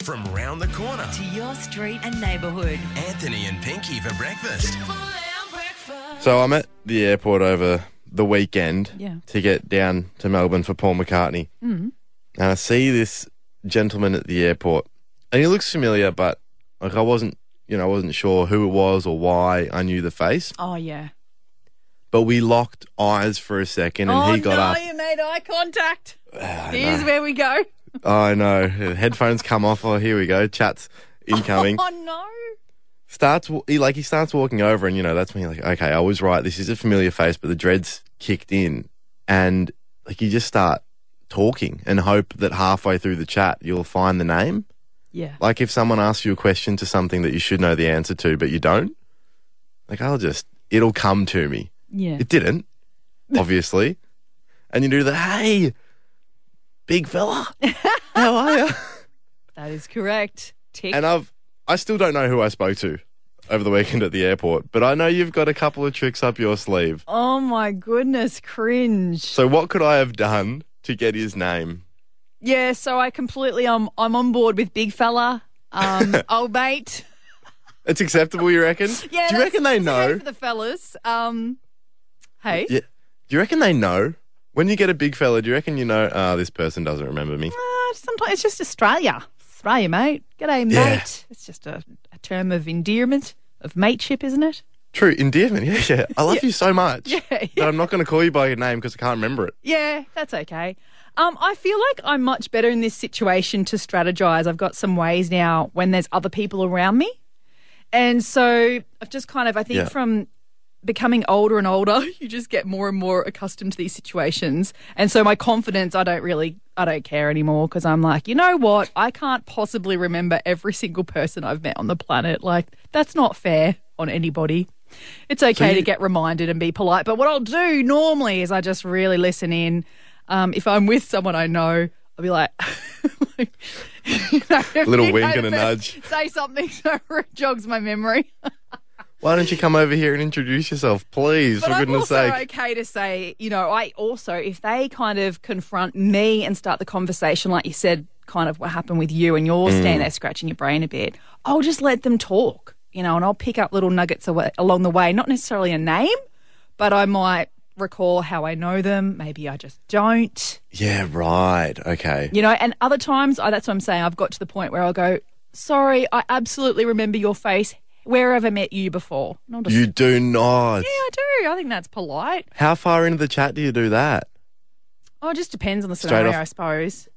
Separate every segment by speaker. Speaker 1: From round the corner,
Speaker 2: to your street and neighbourhood.
Speaker 1: Anthony and Pinky for breakfast.
Speaker 3: So I'm at the airport over the weekend
Speaker 4: Yeah. Mm-hmm.
Speaker 3: to get down to Melbourne for Paul McCartney. Mm. And I see this gentleman at the airport. And he looks familiar, but like I wasn't, you know, I wasn't sure who it was or why I knew the face.
Speaker 4: Oh yeah.
Speaker 3: But we locked eyes for a second and
Speaker 4: oh
Speaker 3: he got
Speaker 4: no,
Speaker 3: up.
Speaker 4: you made eye contact. Here's where we go.
Speaker 3: I know. Headphones come off. Oh, here we go. Chats incoming.
Speaker 4: Oh no.
Speaker 3: starts wa- he like he starts walking over and you know that's when you're like okay i was right this is a familiar face but the dreads kicked in and like you just start talking and hope that halfway through the chat you'll find the name
Speaker 4: Yeah.
Speaker 3: like if someone asks you a question to something that you should know the answer to but you don't like i'll just it'll come to me
Speaker 4: Yeah.
Speaker 3: it didn't obviously and you do the hey big fella how are you
Speaker 4: that is correct. Tick.
Speaker 3: and I've I still don't know who I spoke to over the weekend at the airport, but I know you've got a couple of tricks up your sleeve.
Speaker 4: oh my goodness, cringe.
Speaker 3: So what could I have done to get his name?
Speaker 4: yeah, so I completely um I'm on board with big fella. Um old mate.
Speaker 3: It's acceptable, you reckon?
Speaker 4: Yeah.
Speaker 3: Do you
Speaker 4: that's-
Speaker 3: reckon they
Speaker 4: that's okay
Speaker 3: know?
Speaker 4: for the fellas. Um Hey.
Speaker 3: Yeah. Do you reckon they know? When you get a big fella, do you reckon you know? Ah, this person doesn't remember me.
Speaker 4: Uh, sometimes it's just Australia. Australia, mate. G'day, mate.
Speaker 3: Yeah.
Speaker 4: It's just a, a term of endearment, of mateship, isn't it?
Speaker 3: True endearment. Yeah, yeah. I love you so much.
Speaker 4: Yeah,
Speaker 3: But I'm not going to call you by your name because I can't remember it.
Speaker 4: Yeah, that's okay. Um, I feel like I'm much better in this situation to strategize. I've got some ways now when there's other people around me. And so I've just kind of, I think
Speaker 3: Yeah.
Speaker 4: from becoming older and older, you just get more and more accustomed to these situations. And so my confidence, I don't really, I don't care anymore because I'm like, you know what? I can't possibly remember every single person I've met on the planet. Like, that's not fair on anybody. It's okay to
Speaker 3: you-
Speaker 4: get reminded and be polite. But what I'll do normally is I just really listen in. Um, if I'm with someone I know, I'll be like, you know, if
Speaker 3: Little
Speaker 4: you
Speaker 3: wink
Speaker 4: know
Speaker 3: and a
Speaker 4: the person-
Speaker 3: nudge.
Speaker 4: Say something so it jogs my memory.
Speaker 3: Why don't you come over here and introduce yourself, please?
Speaker 4: But
Speaker 3: for
Speaker 4: I'm
Speaker 3: goodness'
Speaker 4: also
Speaker 3: sake.
Speaker 4: okay to say, you know, I also, if they kind of confront me and start the conversation, like you said, kind of what happened with you and
Speaker 3: Mm.
Speaker 4: you're standing there scratching your brain a bit, I'll just let them talk, you know, and I'll pick up little nuggets away, along the way, not necessarily a name, but I might recall how I know them. Maybe I just don't,
Speaker 3: Yeah. Right. Okay.
Speaker 4: you know, and other times, I, that's what I'm saying. I've got to the point where I'll go, sorry, I absolutely remember your face. Where have I met you before? And I'll just,
Speaker 3: You do not.
Speaker 4: yeah, I do. I think that's polite.
Speaker 3: How far into the chat do you do that?
Speaker 4: Oh, it just depends on the
Speaker 3: Straight
Speaker 4: scenario,
Speaker 3: off-
Speaker 4: I suppose.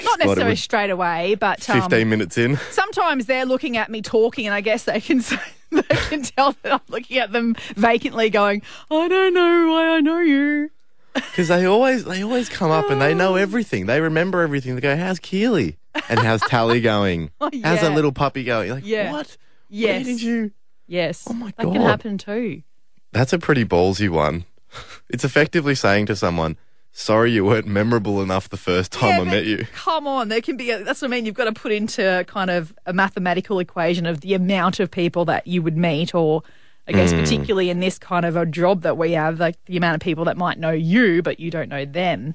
Speaker 4: Not
Speaker 3: God, it
Speaker 4: necessarily
Speaker 3: would-
Speaker 4: straight away, but um,
Speaker 3: 15 minutes in.
Speaker 4: sometimes they're looking at me talking, and I guess they can say, they can tell that I'm looking at them vacantly, going, "I don't know why I know you."
Speaker 3: Because they always they always come up and they
Speaker 4: Oh.
Speaker 3: know everything. They remember everything. They go, "How's Keely? And how's Tally going?
Speaker 4: Oh,
Speaker 3: How's that
Speaker 4: yeah.
Speaker 3: little puppy going?" You're like,
Speaker 4: Yeah.
Speaker 3: "What? Where
Speaker 4: Yes,
Speaker 3: did you?"
Speaker 4: yes. Oh
Speaker 3: my
Speaker 4: that can
Speaker 3: God.
Speaker 4: happen too.
Speaker 3: That's a pretty ballsy one. It's effectively saying to someone, "Sorry, you weren't memorable enough the first time I
Speaker 4: but
Speaker 3: met you."
Speaker 4: Come on, there can be. A, that's what I mean. You've got to put into kind of a mathematical equation of the amount of people that you would meet, or I guess
Speaker 3: Mm.
Speaker 4: particularly in this kind of a job that we have, like the amount of people that might know you but you don't know them.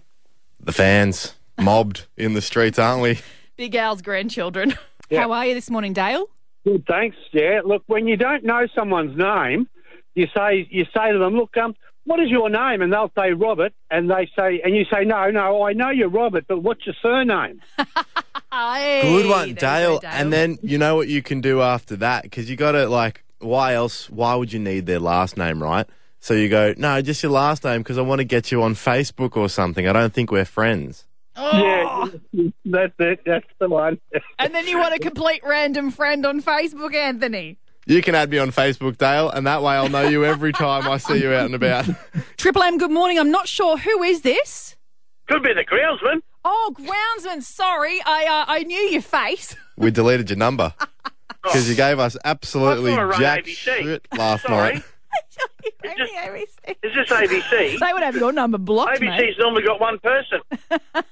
Speaker 3: The fans mobbed in the streets, aren't we?
Speaker 4: Big Al's grandchildren. How are you this morning, Dale?
Speaker 5: Good, thanks. Yeah, look, when you don't know someone's name, you say you say to them, "Look, um, what is your name?" And they'll say Robert, and they say, and you say, "No, no, I know you're Robert, but what's your surname?"
Speaker 4: Hey,
Speaker 3: Good one,
Speaker 4: there you
Speaker 3: Dale.
Speaker 4: go,
Speaker 3: And then you know what you can do after that because you got to like, why else? Why would you need their last name, right? So you go, no, just your last name because I want to get you on Facebook or something. I don't think we're friends.
Speaker 5: Yeah, that's it. That's the one.
Speaker 4: and then you want a complete random friend on Facebook, Anthony.
Speaker 3: You can add me on Facebook, Dale, and that way I'll know you every time I see you out and about.
Speaker 4: Triple M, good morning. I'm not sure who is this.
Speaker 5: Could be the groundsman.
Speaker 4: Oh, groundsman. Sorry, I uh, I knew your face.
Speaker 3: We deleted your number because you gave us absolutely
Speaker 5: I thought I ran
Speaker 3: jack
Speaker 5: ABC.
Speaker 3: shit last
Speaker 5: Sorry.
Speaker 3: night.
Speaker 4: Only ABC.
Speaker 5: Is this ABC?
Speaker 4: They would have your number blocked, mate.
Speaker 5: ABC's normally got one person.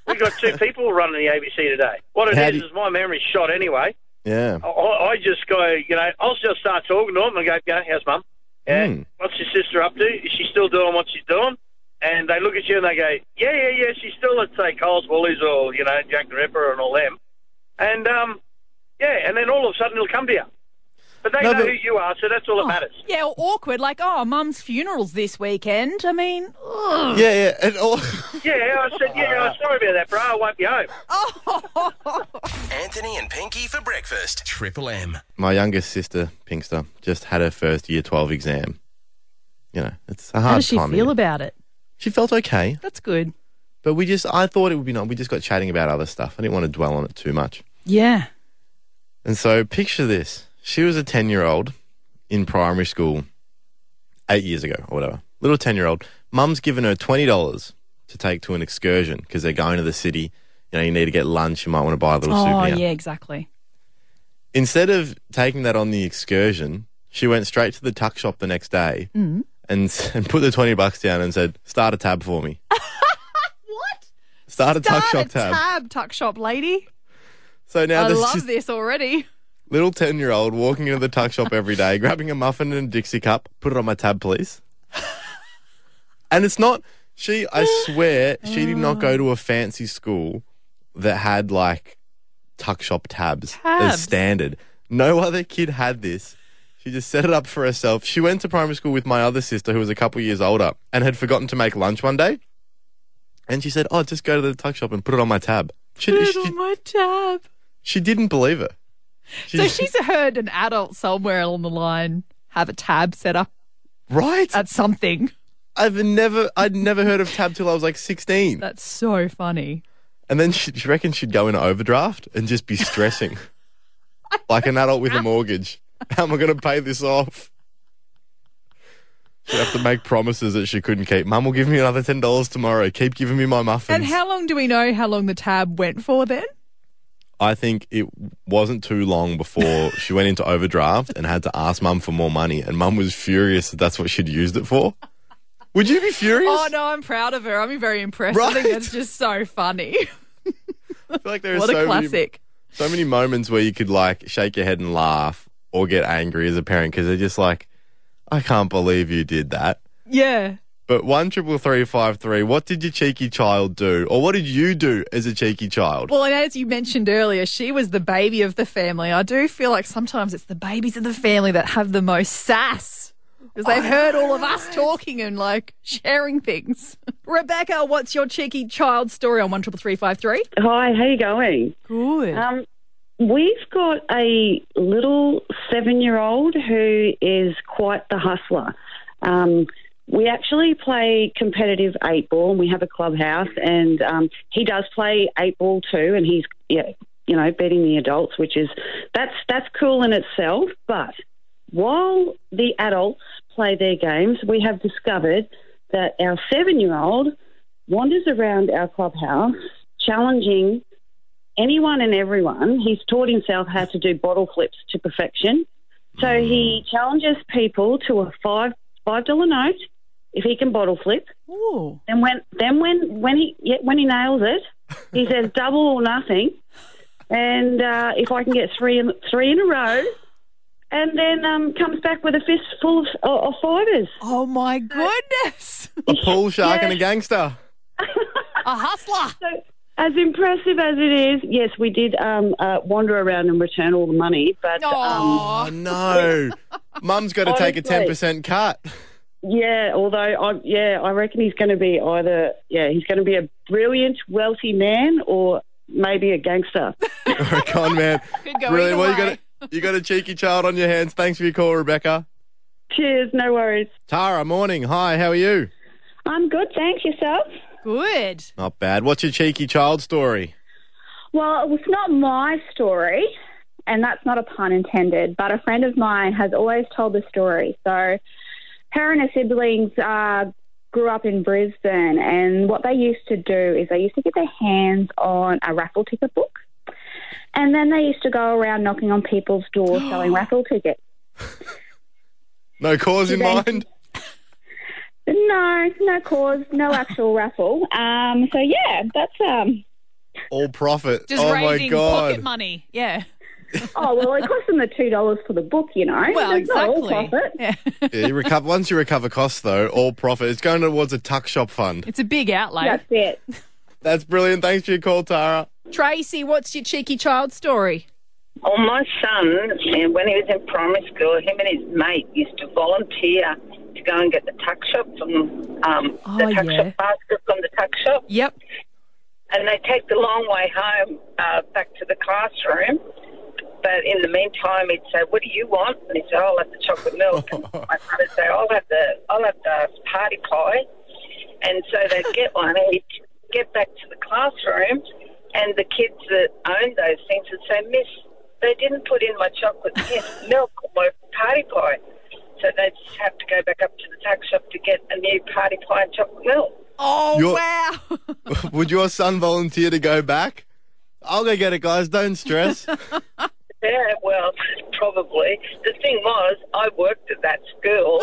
Speaker 5: We got two people running the ABC today. What it is
Speaker 3: How do you-
Speaker 5: is my memory's shot anyway.
Speaker 3: Yeah.
Speaker 5: I, I just go, you know, I'll just start talking to them and go, "Yeah, how's mum? Yeah.
Speaker 3: Hmm.
Speaker 5: What's your sister up to? Is she still doing what she's doing? And they look at you and they go, yeah, yeah, yeah, she's still at, say, Coles Woolies or, you know, Jack the Ripper and all them. And um, Yeah, and then all of a sudden it'll come to you. But they
Speaker 3: No,
Speaker 5: know
Speaker 3: but-
Speaker 5: who you are, so that's all that matters.
Speaker 4: Yeah, or awkward. Like, oh, mum's funeral's this weekend. I mean, ugh.
Speaker 3: Yeah, yeah. And all,
Speaker 5: Yeah, I said, yeah, I'm sorry about that, bro. I won't be home.
Speaker 1: Anthony and Pinky for breakfast. Triple M.
Speaker 3: my youngest sister, Pinkster, just had her first year 12 exam. You know, it's a hard
Speaker 4: how does she
Speaker 3: time.
Speaker 4: feel
Speaker 3: yeah.
Speaker 4: about it?
Speaker 3: She felt okay,
Speaker 4: That's good.
Speaker 3: but we just, I thought it would be nice. We just got chatting about other stuff. I didn't want to dwell on it too much.
Speaker 4: Yeah.
Speaker 3: And so picture this. She was a 10 year old in primary school eight years ago or whatever. Little 10 year old. Mum's given her $20 to take to an excursion because they're going to the city. You know, you need to get lunch. You might want to buy a little
Speaker 4: Oh,
Speaker 3: souvenir.
Speaker 4: yeah, exactly.
Speaker 3: Instead of taking that on the excursion, she went straight to the tuck shop the next day
Speaker 4: Mm.
Speaker 3: and, s- and put the 20 bucks down and said, Start a tab for me.
Speaker 4: What?
Speaker 3: Start a tuck shop
Speaker 4: Start a
Speaker 3: tab.
Speaker 4: tab, tuck shop lady.
Speaker 3: So now
Speaker 4: I
Speaker 3: there's
Speaker 4: love
Speaker 3: just
Speaker 4: this already.
Speaker 3: little 10 year old walking into the tuck shop every day, grabbing a muffin and a Dixie cup, put it on my tab, please. and it's not, she, I swear, she did not go to a fancy school that had like tuck shop tabs, as
Speaker 4: Tabs.
Speaker 3: standard. No other kid had this. She just set it up for herself. She went to primary school with my other sister, who was a couple years older, and had forgotten to make lunch one day. And she said, Oh, just go to the tuck shop and put it on my tab. She, she,
Speaker 4: my tab.
Speaker 3: she didn't believe her. She,
Speaker 4: So she's heard an adult somewhere along the line have a tab set up
Speaker 3: right.
Speaker 4: at something.
Speaker 3: I've never I'd never heard of tab till I was like 16.
Speaker 4: That's so funny.
Speaker 3: And then she, she reckons she'd go into overdraft and just be stressing. like an adult with a mortgage. How am I going to pay this off? She'd have to make promises that she couldn't keep. Mum will give me another $10 tomorrow. Keep giving me my muffins.
Speaker 4: And how long do we know how long the tab went for then?
Speaker 3: I think it wasn't too long before she went into overdraft and had to ask mum for more money. And mum was furious that that's what she'd used it for. Would you be furious?
Speaker 4: Oh no, I'm proud of her. I'm very impressed. I think
Speaker 3: Right.
Speaker 4: that's just so funny.
Speaker 3: I feel like there are
Speaker 4: what a
Speaker 3: so many-
Speaker 4: classic.
Speaker 3: so many moments where you could like shake your head and laugh or get angry as a parent because they're just like, I can't believe you did that.
Speaker 4: Yeah.
Speaker 3: But one triple three five three. What did your cheeky child do, or what did you do as a cheeky child?
Speaker 4: Well, and as you mentioned earlier, she was the baby of the family. I do feel like sometimes it's the babies of the family that have the most sass because they've heard all of us talking and like sharing things. Rebecca, what's your cheeky child story on one triple three five three?
Speaker 6: Hi, how you going?
Speaker 4: Good.
Speaker 6: Um, we've got a little seven-year-old who is quite the hustler. Um, we actually play competitive eight ball, and we have a clubhouse, and um, he does play eight ball too, and he's yeah, you know, beating the adults, which is that's that's cool in itself. But while the adults play their games, we have discovered that our seven-year-old wanders around our clubhouse challenging anyone and everyone. He's taught himself how to do bottle flips to perfection. So he challenges people to a five five dollar note if he can bottle flip.
Speaker 4: Ooh.
Speaker 6: Then when then when when he yeah, when he nails it, he says double or nothing. And uh, if I can get three in, three in a row, and then um, comes back with a fist full of, of fibers.
Speaker 4: Oh my goodness.
Speaker 3: A pool shark
Speaker 6: Yeah.
Speaker 3: and a gangster.
Speaker 4: A hustler.
Speaker 6: So, as impressive as it is, yes, we did um, uh, wander around and return all the money, but um,
Speaker 3: Oh
Speaker 4: Aw.
Speaker 3: no, mum's got to take a
Speaker 6: Honestly.
Speaker 3: ten percent cut.
Speaker 6: Yeah, although I yeah, I reckon he's going to be either yeah, he's going to be a brilliant wealthy man or maybe a gangster.
Speaker 3: You're a con man.
Speaker 4: Could go
Speaker 3: Brilliant.
Speaker 4: either
Speaker 3: Well, you
Speaker 4: way.
Speaker 3: got a, you got a cheeky child on your hands. Thanks for your call, Rebecca.
Speaker 6: Cheers, no worries.
Speaker 3: Tara, morning. Hi, how are you?
Speaker 7: I'm good, thanks. Yourself?
Speaker 4: Good.
Speaker 3: Not bad. What's your cheeky child story?
Speaker 7: Well, it was not my story, and that's not a pun intended, but a friend of mine has always told the story. So, her and her siblings uh, grew up in Brisbane, and what they used to do is they used to get their hands on a raffle ticket book, and then they used to go around knocking on people's doors selling raffle tickets.
Speaker 3: No cause in
Speaker 7: Thank you.
Speaker 3: mind.
Speaker 7: No, no cause, no actual raffle. Um, so, yeah, that's. Um,
Speaker 3: All profit.
Speaker 4: Just
Speaker 3: oh my
Speaker 4: raising
Speaker 3: god.
Speaker 4: pocket money. Yeah.
Speaker 7: oh, well, it cost them the $2 for the book, you know.
Speaker 4: Well,
Speaker 7: It's not all
Speaker 4: exactly.
Speaker 7: profit.
Speaker 4: Yeah.
Speaker 3: Yeah, you recover once you recover costs though, all profit. It's going towards a tuck shop fund.
Speaker 4: It's a big outlay.
Speaker 7: That's it.
Speaker 3: That's brilliant. Thanks for your call, Tara.
Speaker 4: Tracy, what's your cheeky child story?
Speaker 8: Well, Oh, my son, and when he was in primary school, him and his mate used to volunteer to go and get the tuck shop from um,
Speaker 4: Oh,
Speaker 8: the tuck
Speaker 4: yeah.
Speaker 8: shop basket from the tuck shop,
Speaker 4: Yep.
Speaker 8: and they take the long way home uh, back to the classroom. But in the meantime, he'd say, "What do you want?" And he'd say, "Oh, "I'll have the chocolate milk." and my son would say, "I'll have the I'll have the party pie." And so they'd get one. and He'd get back to the classroom, and the kids that owned those things would say, "Miss, they didn't put in my chocolate mi- milk or my party pie." So they'd just have to go back up to the tuck shop to get a new party pie and chocolate milk.
Speaker 4: Oh
Speaker 3: You're-
Speaker 4: wow.
Speaker 3: Would your son volunteer to go back? I'll go get it, guys. Don't stress.
Speaker 8: Yeah, well, probably. The thing was, I worked at that school,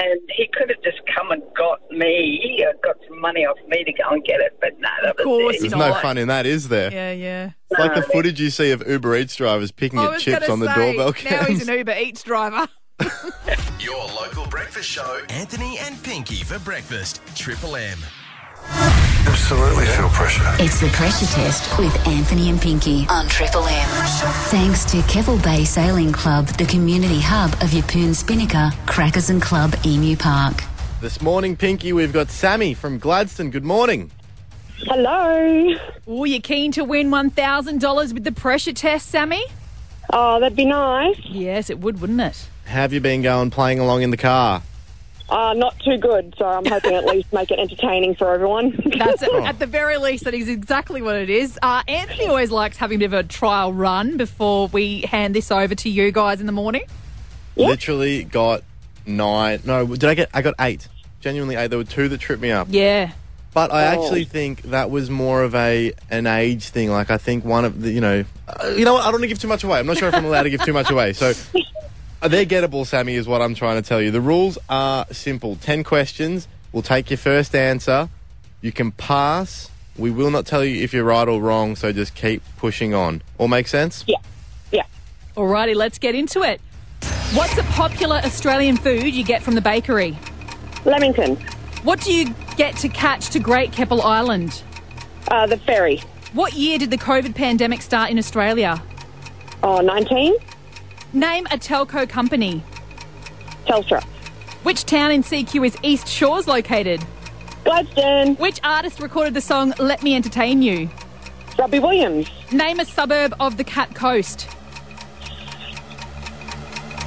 Speaker 8: and he could have just come and got me, or got some money off me to go and get it, but no, that
Speaker 4: Of
Speaker 8: was
Speaker 4: course
Speaker 8: it.
Speaker 4: he
Speaker 3: There's
Speaker 4: not
Speaker 3: no
Speaker 4: like-
Speaker 3: fun in that, is there?
Speaker 4: yeah, yeah.
Speaker 3: It's like the footage you see of Uber Eats drivers picking
Speaker 4: I
Speaker 3: at
Speaker 4: was
Speaker 3: chips
Speaker 4: gonna
Speaker 3: on the
Speaker 4: say,
Speaker 3: doorbell
Speaker 4: Now he's
Speaker 3: cams.
Speaker 4: an Uber Eats driver.
Speaker 1: Your local breakfast show. Anthony and Pinky for breakfast. Triple M.
Speaker 9: Absolutely feel pressure.
Speaker 2: It's the pressure test with Anthony and Pinky on Triple M. Thanks to Keppel Bay Sailing Club, the community hub of Yapoon Spinnaker, Crackers and Club Emu Park.
Speaker 3: This morning, Pinky, we've got Sammy from Gladstone. Good morning.
Speaker 6: Hello.
Speaker 4: Oh, you're keen to win one thousand dollars with the pressure test, Sammy?
Speaker 6: Oh, that'd be nice.
Speaker 4: Yes, it would, wouldn't it?
Speaker 3: Have you been going playing along in the car?
Speaker 6: Uh, not too good, so I'm hoping at least make it entertaining for everyone.
Speaker 4: That's it. At the very least, that is exactly what it is. Uh, Anthony always likes having a bit of a trial run before we hand this over to you guys in the morning.
Speaker 3: Literally got nine. No, did I get? I got eight. Genuinely eight. There were two that tripped me up.
Speaker 4: Yeah.
Speaker 3: But I actually think that was more of a an age thing. Like I think one of the you know uh, you know what I don't want to give too much away. I'm not sure if I'm allowed to give too much away. So uh, they're gettable, Sammy, is what I'm trying to tell you. The rules are simple: ten questions. We'll take your first answer. You can pass. We will not tell you if you're right or wrong. So just keep pushing on. All make sense?
Speaker 6: yeah. Yeah.
Speaker 4: Alrighty, let's get into it. What's a popular Australian food you get from the bakery?
Speaker 6: Leamington.
Speaker 4: What do you get to catch to Great Keppel Island?
Speaker 6: Uh, the ferry.
Speaker 4: What year did the COVID pandemic start in Australia?
Speaker 6: Oh, 19.
Speaker 4: Name a telco company.
Speaker 6: Telstra.
Speaker 4: Which town in CQ is East Shores located?
Speaker 6: Gladstone.
Speaker 4: Which artist recorded the song Let Me Entertain You?
Speaker 6: Robbie Williams.
Speaker 4: Name a suburb of the Cat Coast.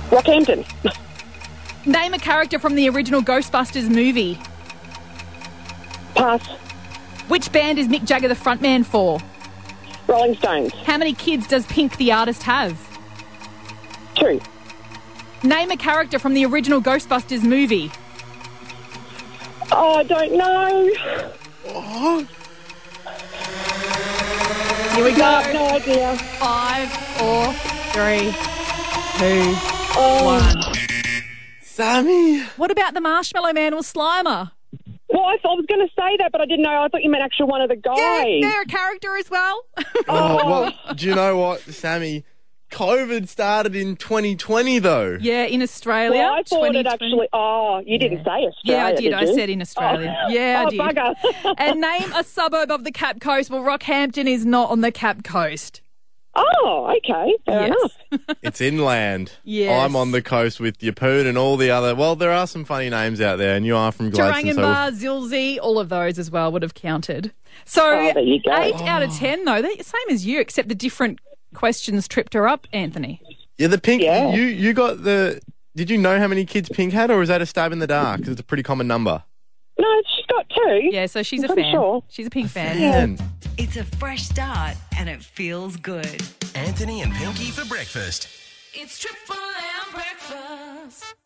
Speaker 6: Rockhampton.
Speaker 4: Name a character from the original Ghostbusters movie.
Speaker 6: Pass.
Speaker 4: Which band is Mick Jagger the frontman for?
Speaker 6: Rolling Stones.
Speaker 4: How many kids does Pink the artist have?
Speaker 6: Two.
Speaker 4: Name a character from the original Ghostbusters movie.
Speaker 6: Oh, I don't know.
Speaker 4: Here we
Speaker 6: No,
Speaker 4: go.
Speaker 6: no idea.
Speaker 4: Five, four, three, two,
Speaker 6: Oh.
Speaker 4: one.
Speaker 3: Sammy.
Speaker 4: What about the Marshmallow Man or Slimer?
Speaker 6: Well, I, thought, I was going to say that, but I didn't know. I thought you meant actually one of the guys.
Speaker 4: Yeah, they're a character as well.
Speaker 3: Oh well. Do you know what, Sammy? COVID started in 2020 though.
Speaker 4: yeah, in Australia.
Speaker 6: Well, I thought it
Speaker 4: 2020.
Speaker 6: actually. Oh, you didn't say Australia.
Speaker 4: Yeah, I did. I
Speaker 6: you?
Speaker 4: said in Australia.
Speaker 6: Oh.
Speaker 4: Yeah, I
Speaker 6: oh,
Speaker 4: did.
Speaker 6: bugger.
Speaker 4: and name a suburb of the Cap Coast. Well, Rockhampton is not on the Cap Coast.
Speaker 6: oh, okay. Fair
Speaker 4: Yes.
Speaker 6: enough.
Speaker 3: It's inland.
Speaker 4: Yes.
Speaker 3: I'm on the coast with Yapoon and all the other. Well, there are some funny names out there, and you are from Gladstone.
Speaker 4: Duranganbar, Zilzi, all of those as well would have counted. So
Speaker 6: Oh, there you go.
Speaker 4: eight out of ten, though, they same as you, except the different questions tripped her up, Anthony.
Speaker 3: yeah, the pink.
Speaker 6: Yeah.
Speaker 3: You you got the. Did you know how many kids Pink had, or is that a stab in the dark? 'Cause it's a pretty common number.
Speaker 6: No, she's got two.
Speaker 4: Yeah, so she's
Speaker 6: I'm
Speaker 4: a
Speaker 6: pretty
Speaker 4: fan.
Speaker 6: sure.
Speaker 4: She's a pink fan.
Speaker 3: Man,
Speaker 2: It's a fresh start and it feels good.
Speaker 1: Anthony and Pinky for breakfast.
Speaker 2: It's Triple M breakfast.